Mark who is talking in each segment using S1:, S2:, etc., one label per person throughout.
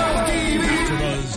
S1: AfterBuzz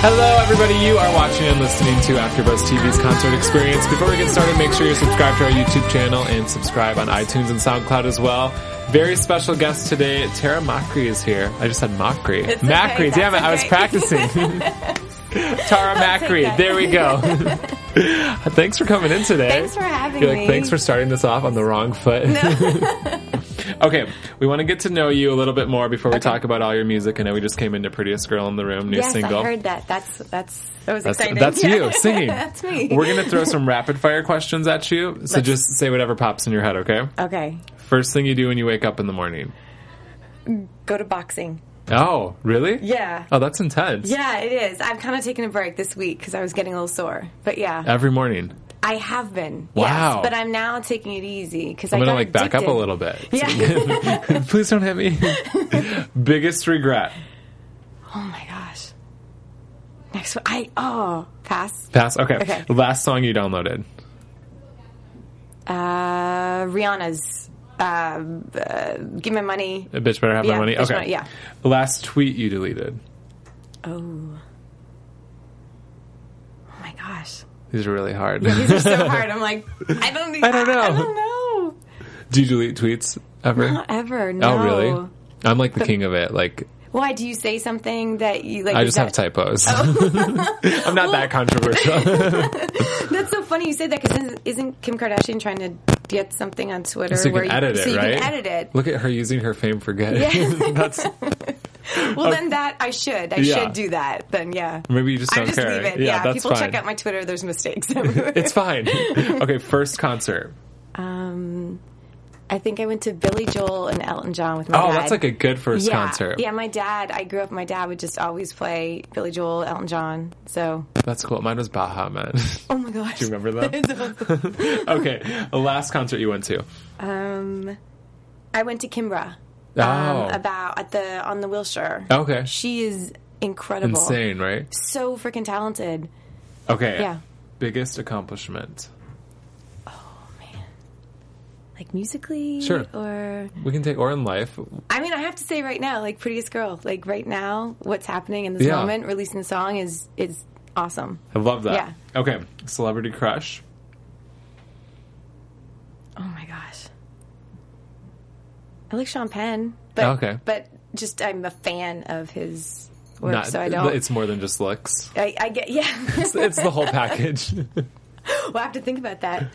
S2: Hello, everybody. You are watching and listening to AfterBuzz TV's concert experience. Before we get started, make sure you're subscribed to our YouTube channel and subscribe on iTunes and SoundCloud as well. Very special guest today, Tara Macri is here. I just said Macri.
S3: It's okay,
S2: Macri, damn it!
S3: that's
S2: I was
S3: okay.
S2: practicing. Tara Macri.
S3: that.
S2: There we go. Thanks for coming in today.
S3: Thanks for having
S2: You're like,
S3: me.
S2: Thanks for starting this off on the wrong foot. okay, we want to get to know you a little bit more before we talk about all your music. I know we just came into Prettiest Girl in the Room, new
S3: yes,
S2: single.
S3: I heard that. That's that's that was
S2: That's,
S3: exciting.
S2: that's
S3: Yeah.
S2: you singing.
S3: that's me.
S2: We're gonna throw some rapid fire questions at you. So just say whatever pops in your head, okay?
S3: okay.
S2: First thing you do when you wake up in the morning.
S3: Go to boxing.
S2: Oh, really?
S3: Yeah.
S2: Oh, that's intense.
S3: Yeah, it is. I've kind of taken a break this week because I was getting a little sore. But yeah,
S2: Every morning.
S3: I have been.
S2: Wow.
S3: Yes, but I'm now taking it easy because
S2: I'm
S3: I
S2: gonna
S3: got
S2: like back up a
S3: addicted.
S2: little bit.
S3: Yeah.
S2: Please don't hit me. Biggest regret.
S3: oh my gosh. Next one. I oh pass.
S2: Pass. Okay.
S3: Okay.
S2: Last song you downloaded.
S3: Uh, Rihanna's. Uh, uh, give me money.
S2: A bitch better have my
S3: Yeah,
S2: money.
S3: bitch
S2: okay.
S3: money, yeah.
S2: Last tweet you deleted.
S3: Oh. Oh my gosh.
S2: These are really hard.
S3: These are so hard. I'm like, I don't.
S2: I don't know.
S3: I don't know.
S2: do you delete tweets ever?
S3: Not ever. No.
S2: oh, really? I'm like the king of it. Like
S3: Why do you say something that you like?
S2: I
S3: is
S2: just
S3: that- Oh.
S2: have typos. I'm not that controversial.
S3: That's so funny you say that because isn't, isn't Kim Kardashian trying to get something on Twitter
S2: so you
S3: where
S2: can edit it,
S3: so you
S2: right?
S3: can edit it?
S2: Look at her using her fame for good.
S3: Yeah.
S2: That's
S3: well, then that I should. I
S2: uh, Yeah.
S3: should do that. Then yeah.
S2: maybe you just
S3: I
S2: don't
S3: just
S2: care.
S3: leave it.
S2: Yeah,
S3: Yeah.
S2: that's
S3: People
S2: fine.
S3: check out my Twitter. There's mistakes. everywhere.
S2: it's fine. okay, first concert.
S3: um, I think I went to Billy Joel and Elton John with my
S2: Oh,
S3: dad.
S2: that's like a good first
S3: yeah.
S2: concert.
S3: Yeah, my dad. I grew up. My dad would just always play Billy Joel, Elton John. So,
S2: That's cool. Mine was Baja Man.
S3: oh my gosh,
S2: Do you remember that? okay, the last concert you went to.
S3: Um, I went to Kimbra.
S2: Oh,
S3: Um, about at the on the Wilshire.
S2: Okay.
S3: She is incredible.
S2: insane, right?
S3: So freaking talented.
S2: Okay.
S3: Yeah.
S2: Biggest accomplishment.
S3: Like musically
S2: Sure.
S3: or
S2: We can take or in life.
S3: I mean I have to say right now, like prettiest girl, like right now, what's happening in this
S2: Yeah.
S3: moment, releasing the song is is awesome.
S2: I love that.
S3: Yeah.
S2: Okay. Celebrity crush.
S3: Oh my gosh. I like Sean Penn. But
S2: Okay.
S3: but just I'm a fan of his work,
S2: Not-
S3: so I don't
S2: It's more than just looks.
S3: I, I get yeah.
S2: It's, it's the whole package.
S3: We'll have to think about that.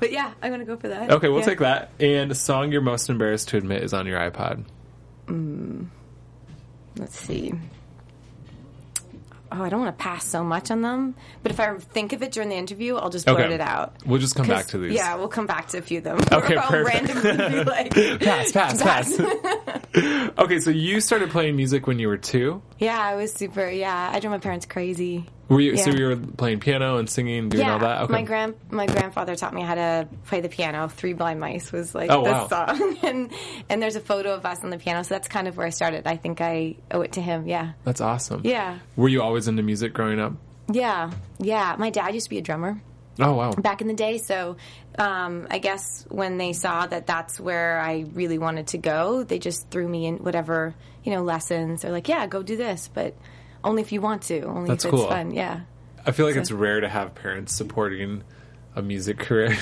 S3: But yeah, I'm gonna go for that.
S2: Okay, we'll
S3: Yeah.
S2: take that. And a song you're most embarrassed to admit is on your iPod.
S3: Let's see. Oh, I don't want to pass so much on them, but if I think of it during the interview, I'll just blurt
S2: Okay.
S3: it out.
S2: We'll just come
S3: 'Cause-
S2: back to these.
S3: Yeah, we'll come back to a few of them.
S2: Okay,
S3: Or I'll
S2: perfect.
S3: randomly be like,
S2: Pass, pass, pass. okay, so you started playing music when you were two.
S3: yeah, I was super. Yeah, I drove my parents crazy.
S2: Were you? So
S3: Yeah.
S2: you were playing piano and singing, doing
S3: yeah,
S2: all that. Okay.
S3: my grand my grandfather taught me how to play the piano. Three Blind Mice was like
S2: Oh,
S3: the
S2: wow.
S3: song, and and there's a photo of us on the piano, so that's kind of where I started. I think I owe it to him. Yeah,
S2: That's awesome.
S3: yeah,
S2: Were you always into music growing up?
S3: yeah, yeah. My dad used to be a drummer.
S2: Oh wow.
S3: back in the day. So um, I guess when they saw that that's where I really wanted to go, they just threw me in whatever you know lessons. They're like, yeah, go do this, but only if you want to, only
S2: That's
S3: if
S2: cool.
S3: it's fun. Yeah,
S2: I feel like it's rare to have parents supporting a music career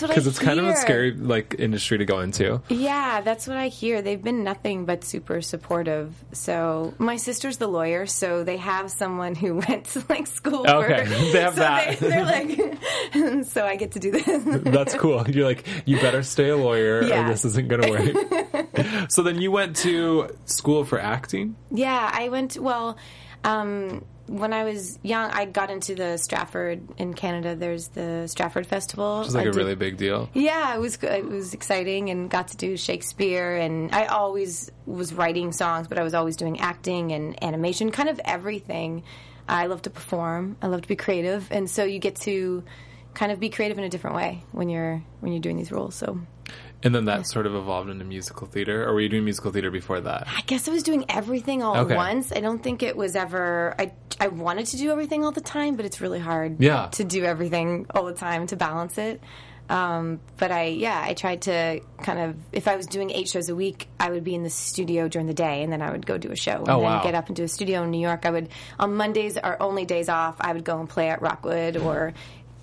S3: what I.
S2: because it's kind of a
S3: hear.
S2: scary like industry to go into.
S3: Yeah, that's what I hear. They've been nothing but super supportive. So my sister's the lawyer, so they have someone who went to like school.
S2: Okay,
S3: for,
S2: they have
S3: so
S2: that.
S3: They, are like, so I get to do this.
S2: That's cool. You're like, you better stay a lawyer, or
S3: Yeah.
S2: this isn't going to work. so then you went to school for acting.
S3: Yeah, I went. Well, um, when I was young, I got into the Stratford in Canada. There's the Stratford Festival.
S2: It's like
S3: a
S2: a really big deal.
S3: Yeah, it was good. It was exciting and got to do Shakespeare. And I always was writing songs, but I was always doing acting and animation, kind of everything. I love to perform. I love to be creative, and so you get to kind of be creative in a different way when you're when you're doing these roles. So
S2: And then that sort of evolved into musical theater. Or were you doing musical theater before that?
S3: I guess I was doing everything all
S2: Okay.
S3: at once. I don't think it was ever. I I wanted to do everything all the time, but it's really hard.
S2: Yeah.
S3: To do everything all the time to balance it. Um, but I yeah I tried to kind of if I was doing eight shows a week I would be in the studio during the day and then I would go do a show and
S2: Oh,
S3: then
S2: wow.
S3: get up and do a studio in New York I would on Mondays are only days off I would go and play at Rockwood or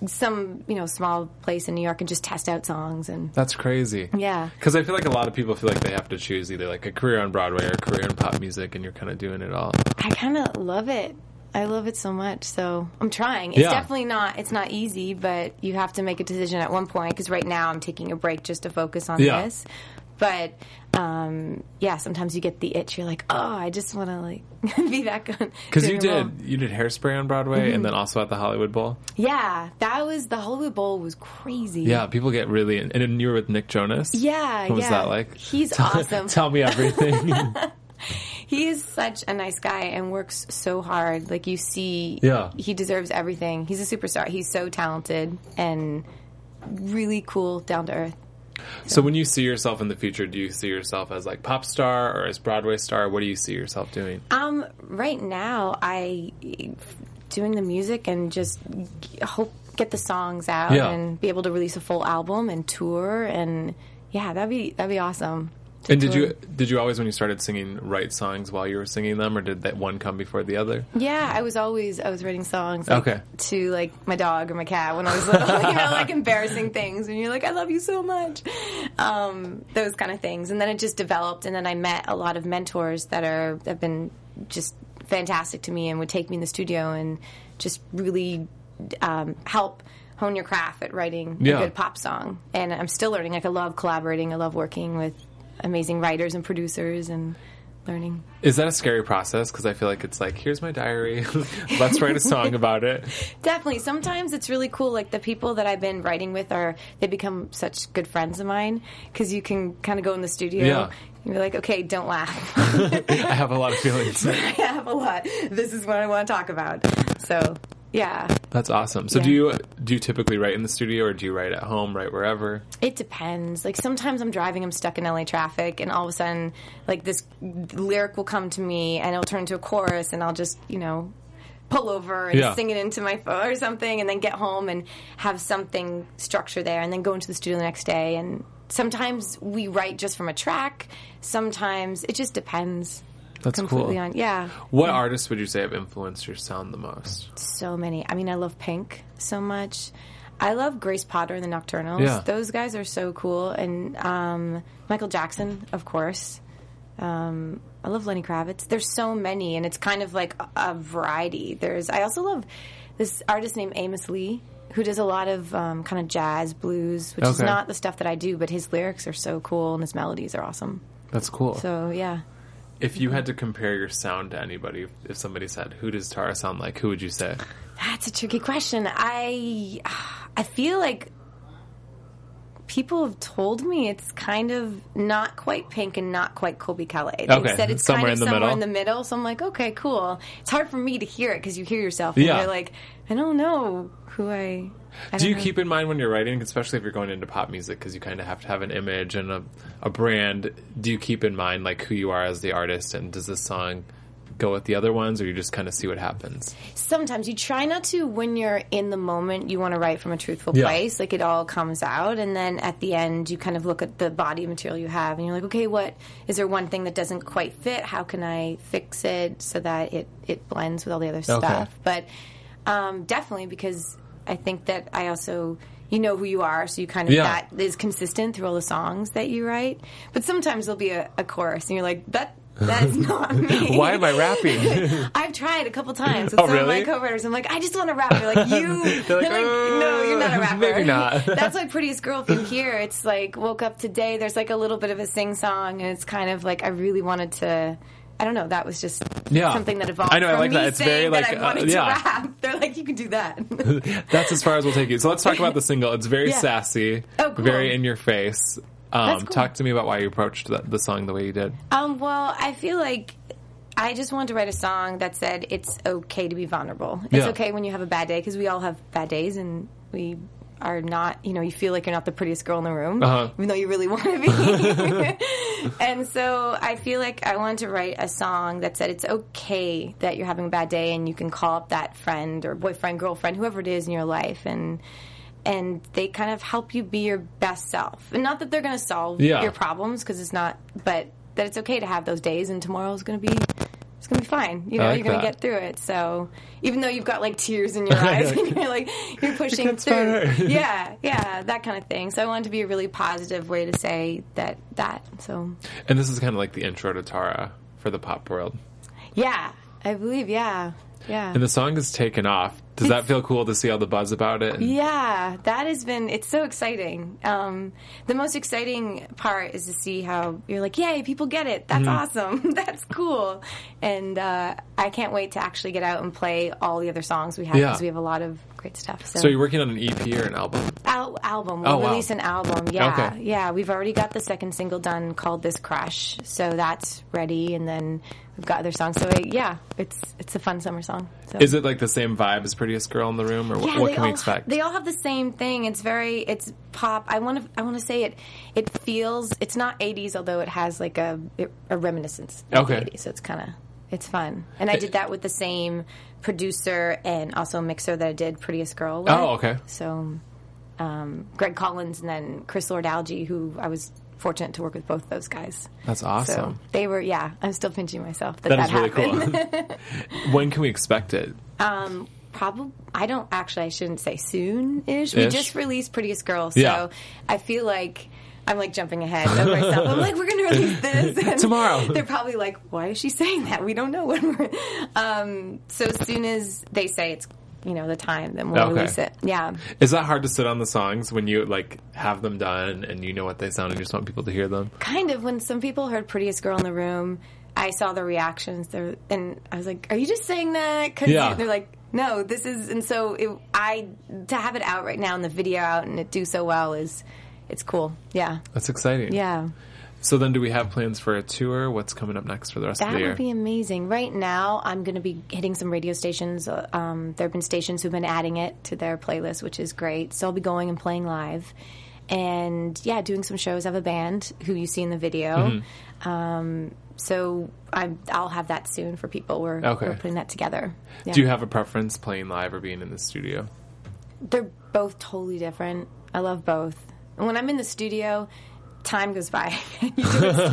S3: some you know small place in New York and just test out songs and
S2: That's crazy.
S3: Yeah.
S2: Because I feel like a lot of people feel like they have to choose either like a career on Broadway or a career in pop music, and you're kind of doing it all.
S3: I kind of love it. I love it so much. So I'm trying. It's
S2: Yeah.
S3: definitely not. It's not easy, but you have to make a decision at one point. Because right now I'm taking a break just to focus on
S2: Yeah.
S3: this. But um, yeah, sometimes you get the itch. You're like, oh, I just want to like be that good.
S2: Because
S3: doing Mm-hmm.
S2: you
S3: a role."
S2: did you did Hairspray on Broadway, and then also at the Hollywood Bowl.
S3: Yeah, that was the Hollywood Bowl was crazy.
S2: Yeah, people get really and then you were with Nick Jonas.
S3: Yeah,
S2: What was
S3: yeah.
S2: that like?
S3: He's
S2: Tell-
S3: awesome.
S2: Tell me everything.
S3: He is such a nice guy and works so hard. Like you see,
S2: Yeah.
S3: he deserves everything. He's a superstar. He's so talented and really cool, down to earth.
S2: so when you see yourself in the future, do you see yourself as like pop star or as Broadway star? What do you see yourself doing?
S3: Um, right now, I doing the music and just hope get the songs out
S2: Yeah.
S3: and be able to release a full album and tour and yeah, that'd be that'd be awesome. to
S2: And did
S3: tour.
S2: you did you always when you started singing write songs while you were singing them, or did that one come before the other?
S3: Yeah, I was always I was writing songs like,
S2: Okay.
S3: to like my dog or my cat when I was little, you know, like embarrassing things and you're like, I love you so much. Um, those kind of things. And then it just developed and then I met a lot of mentors that are have been just fantastic to me and would take me in the studio and just really um, help hone your craft at writing
S2: Yeah.
S3: a good pop song. And I'm still learning. Like I love collaborating, I love working with amazing writers and producers and learning.
S2: Is that a scary process? Because I feel like it's like here's my diary, let's write a song about it.
S3: Definitely. Sometimes it's really cool. Like the people that I've been writing with are they become such good friends of mine because you can kind of go in the studio.
S2: Yeah.
S3: And you're like, okay, don't laugh.
S2: I have a lot of feelings.
S3: I have a lot. This is what I want to talk about. So, yeah,
S2: That's awesome. So do
S3: Yeah.
S2: you do you typically write in the studio, or do you write at home, write wherever?
S3: it depends. Like sometimes I'm driving, I'm stuck in LA traffic, and all of a sudden, like this lyric will come to me and it'll turn into a chorus, and I'll just, you know, pull over and
S2: Yeah.
S3: sing it into my phone or something, and then get home and have something structure there, and then go into the studio the next day. And sometimes we write just from a track. Sometimes it just depends.
S2: That's
S3: completely
S2: cool.
S3: on yeah.
S2: What artists would you say have influenced your sound the most?
S3: So many. I mean, I love Pink so much. I love Grace Potter and the Nocturnals.
S2: Yeah.
S3: Those guys are so cool. And um, Michael Jackson, of course. Um, I love Lenny Kravitz. There's so many, and it's kind of like a, a variety. There's. I also love this artist named Amos Lee, who does a lot of um, kind of jazz, blues, which is
S2: Okay.
S3: not the stuff that I do, but his lyrics are so cool and his melodies are awesome.
S2: That's cool.
S3: So yeah.
S2: if you
S3: Mm-hmm.
S2: had to compare your sound to anybody, if somebody said, "Who does Tara sound like?" Who would you say?
S3: That's a tricky question. I I feel like people have told me it's kind of not quite pink and not quite Colby Calais. They
S2: Okay,
S3: said it's
S2: somewhere
S3: kind of
S2: in the
S3: somewhere
S2: middle.
S3: in the middle. So I'm like, okay, cool. It's hard for me to hear it because you hear yourself.
S2: Yeah.
S3: And you're like, I don't know who I. I
S2: Do
S3: don't
S2: you
S3: know.
S2: keep in mind when you're writing, especially if you're going into pop music, because you kind of have to have an image and a, a brand? Do you keep in mind like who you are as the artist, and does this song go with the other ones, or you just kind of see what happens?
S3: sometimes you try not to when you're in the moment you want to write from a truthful
S2: Yeah.
S3: place like it all comes out and then at the end you kind of look at the body of material you have and you're like okay what is there one thing that doesn't quite fit how can i fix it so that it it blends with all the other stuff but um, definitely because i think that i also you know who you are so you kind of
S2: Yeah.
S3: that is consistent through all the songs that you write but sometimes there'll be a, a chorus and you're like that that's not me
S2: Why am I rapping?
S3: I've tried a couple times with
S2: Oh,
S3: some
S2: really?
S3: of my co-writers. I'm like, I just want to rap. They're like, you?
S2: They're like,
S3: They're no, you're not
S2: "Uh,
S3: a rapper.
S2: maybe not."
S3: That's why Prettiest Girl from here. It's like woke up today. There's like a little bit of a sing song, and it's kind of like I really wanted to I don't know. That was just
S2: Yeah.
S3: something that evolved.
S2: I know, I
S3: From
S2: like
S3: me
S2: that. It's
S3: saying
S2: very,
S3: that
S2: like,
S3: I
S2: uh,
S3: wanted
S2: yeah.
S3: to rap. They're like, you can do that.
S2: That's as far as we'll take you. So let's talk about the single. It's very
S3: Yeah.
S2: sassy,
S3: Oh, cool.
S2: very in your face. Um,
S3: That's cool.
S2: Talk to me about why you approached the, the song the way you did.
S3: um, well, I feel like I just wanted to write a song that said it's okay to be vulnerable. It's
S2: Yeah.
S3: okay when you have a bad day because we all have bad days and we are not. You know, you feel like you're not the prettiest girl in the room,
S2: Uh-huh.
S3: even though you really want to be. and so I feel like I wanted to write a song that said it's okay that you're having a bad day and you can call up that friend or boyfriend, girlfriend, whoever it is in your life and and they kind of help you be your best self. And not that they're going to solve
S2: Yeah.
S3: your problems because it's not but that it's okay to have those days and tomorrow's going to be it's going to be fine. You know,
S2: like
S3: you're going
S2: that.
S3: to get through it. So, even though you've got like tears in your eyes and you're like you're pushing
S2: It's
S3: through.
S2: fine.
S3: yeah, yeah, that kind of thing. So I wanted to be a really positive way to say that that. So,
S2: And this is kind of like the intro to Tara for the pop world.
S3: yeah, I believe yeah. Yeah.
S2: And the song is taken off. Does that feel cool to see all the buzz about it? And-
S3: Yeah, that has been. It's so exciting. Um, the most exciting part is to see how you're like, yay, people get it. That's
S2: Mm-hmm.
S3: awesome. That's cool. And uh, I can't wait to actually get out and play all the other songs we have
S2: Yeah.
S3: because we have a lot of great stuff. So,
S2: So you're working on an EP or an album?
S3: Al- album. We'll
S2: Oh, wow.
S3: release an album. Yeah,
S2: Okay.
S3: yeah. We've already got the second single done called "This Crush," so that's ready. And then we've got other songs. So uh, yeah, it's it's a fun summer song. So.
S2: Is it like the same vibe as Prettiest Girl in the Room, or what, what
S3: they
S2: can
S3: all,
S2: we expect?
S3: They all have the same thing. It's very it's pop. I want to I want to say it. It feels it's not 80s, although it has like a a reminiscence. Of
S2: Okay.
S3: the 80s, so it's kind of it's fun. And I did that with the same producer and also mixer that I did Prettiest Girl. With.
S2: Oh, okay.
S3: So, um, Greg Collins and then Chris Lord Alge, who I was fortunate to work with both those guys.
S2: That's awesome.
S3: So they were yeah. I'm still pinching myself that that,
S2: that is really
S3: happened.
S2: cool. when can we expect it?
S3: probably I don't actually I shouldn't say soon ish. We
S2: Ish.
S3: just released Prettiest Girl, so
S2: Yeah.
S3: I feel like I'm like jumping ahead of myself. I'm like, we're gonna release this and
S2: Tomorrow.
S3: They're probably like, why is she saying that? We don't know when we're. Um, so as soon as they say it's you know the time, then we'll
S2: Okay.
S3: release it. Yeah.
S2: Is that hard to sit on the songs when you like have them done and you know what they sound and you just want people to hear them?
S3: kind of when some people heard prettiest girl in the room i saw the reactions there and i was like are you just saying that because
S2: Yeah.
S3: they're like no this is and so it, i to have it out right now and the video out and it do so well is it's cool yeah
S2: That's exciting.
S3: yeah
S2: So then, do we have plans for a tour? What's coming up next for the rest of
S3: that
S2: the year?
S3: would be amazing right now i'm going to be hitting some radio stations Uh, um, there have been stations who've been adding it to their playlist which is great so i'll be going and playing live and yeah doing some shows i have a band who you see in the video
S2: Mm-hmm.
S3: um, so I'm, i'll have that soon for people we're,
S2: Okay.
S3: we're putting that together yeah.
S2: Do you have a preference playing live or being in the studio?
S3: they're both totally different i love both and when i'm in the studio time goes by you just,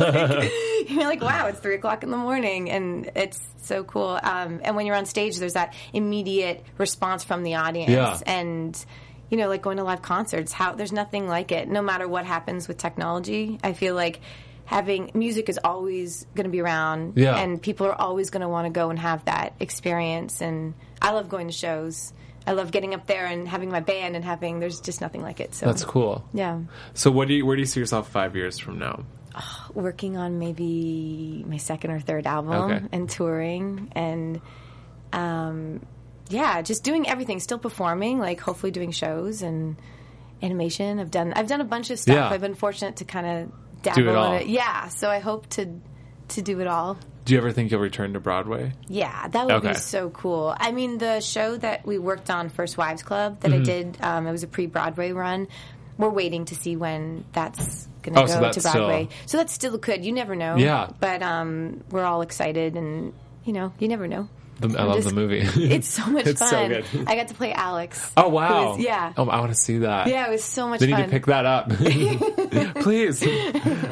S3: like, you're like wow it's three o'clock in the morning and it's so cool um, and when you're on stage there's that immediate response from the audience
S2: Yeah.
S3: and you know like going to live concerts how there's nothing like it no matter what happens with technology i feel like having music is always going to be around
S2: Yeah.
S3: and people are always going to want to go and have that experience and i love going to shows i love getting up there and having my band and having there's just nothing like it so
S2: That's cool.
S3: yeah
S2: So, what do you, where do you see yourself five years from now?
S3: working on maybe my second or third album
S2: Okay.
S3: and touring and um, yeah just doing everything still performing like hopefully doing shows and animation i've done i've done a bunch of stuff
S2: Yeah.
S3: i've been fortunate to kind of dabble
S2: all.
S3: in it yeah so i hope to to do it all
S2: Do you ever think you'll return to Broadway?
S3: Yeah, that would
S2: Okay.
S3: be so cool. I mean, the show that we worked on, First Wives Club, that
S2: Mm-hmm.
S3: I did, um, it was a pre-Broadway run. We're waiting to see when that's going to
S2: Oh,
S3: go
S2: so
S3: to
S2: that's
S3: Broadway.
S2: still-
S3: So that's still good. You never know.
S2: Yeah.
S3: But um, we're all excited, and you know, you never know.
S2: The, I love
S3: just-
S2: the movie.
S3: It's so much
S2: It's so
S3: fun.
S2: good.
S3: I got to play Alex.
S2: oh wow!
S3: Who is- yeah.
S2: Oh, I want to see that.
S3: Yeah, it was so much
S2: They need to
S3: fun.
S2: pick that up, please.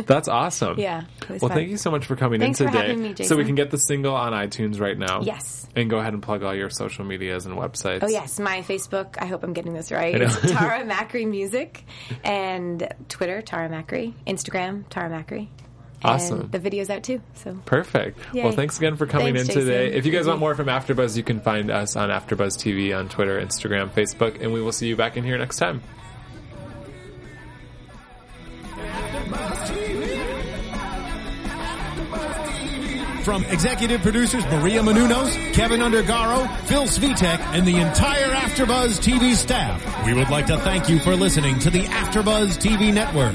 S2: That's awesome.
S3: Yeah, it was
S2: Well,
S3: fun.
S2: thank you so much for coming
S3: Thanks
S2: in
S3: for
S2: today.
S3: having me,
S2: So we
S3: Jason.
S2: can get the single on iTunes right now.
S3: Yes.
S2: And go ahead and plug all your social medias and websites.
S3: Oh yes, my Facebook. I hope I'm getting this right.
S2: know.
S3: It's Tara Macri Music, and Twitter Tara Macri, Instagram Tara Macri. And
S2: Awesome.
S3: The video's out too. So
S2: Perfect.
S3: Yay.
S2: Well, thanks again for coming
S3: Thanks,
S2: in today.
S3: Jason.
S2: If you guys want more from AfterBuzz, you can find us on AfterBuzz TV on Twitter, Instagram, Facebook, and we will see you back in here next time.
S1: from executive producers Maria Menounos, Kevin Undergaro, Phil Svitek, and the entire AfterBuzz TV staff. We would like to thank you for listening to the AfterBuzz TV network.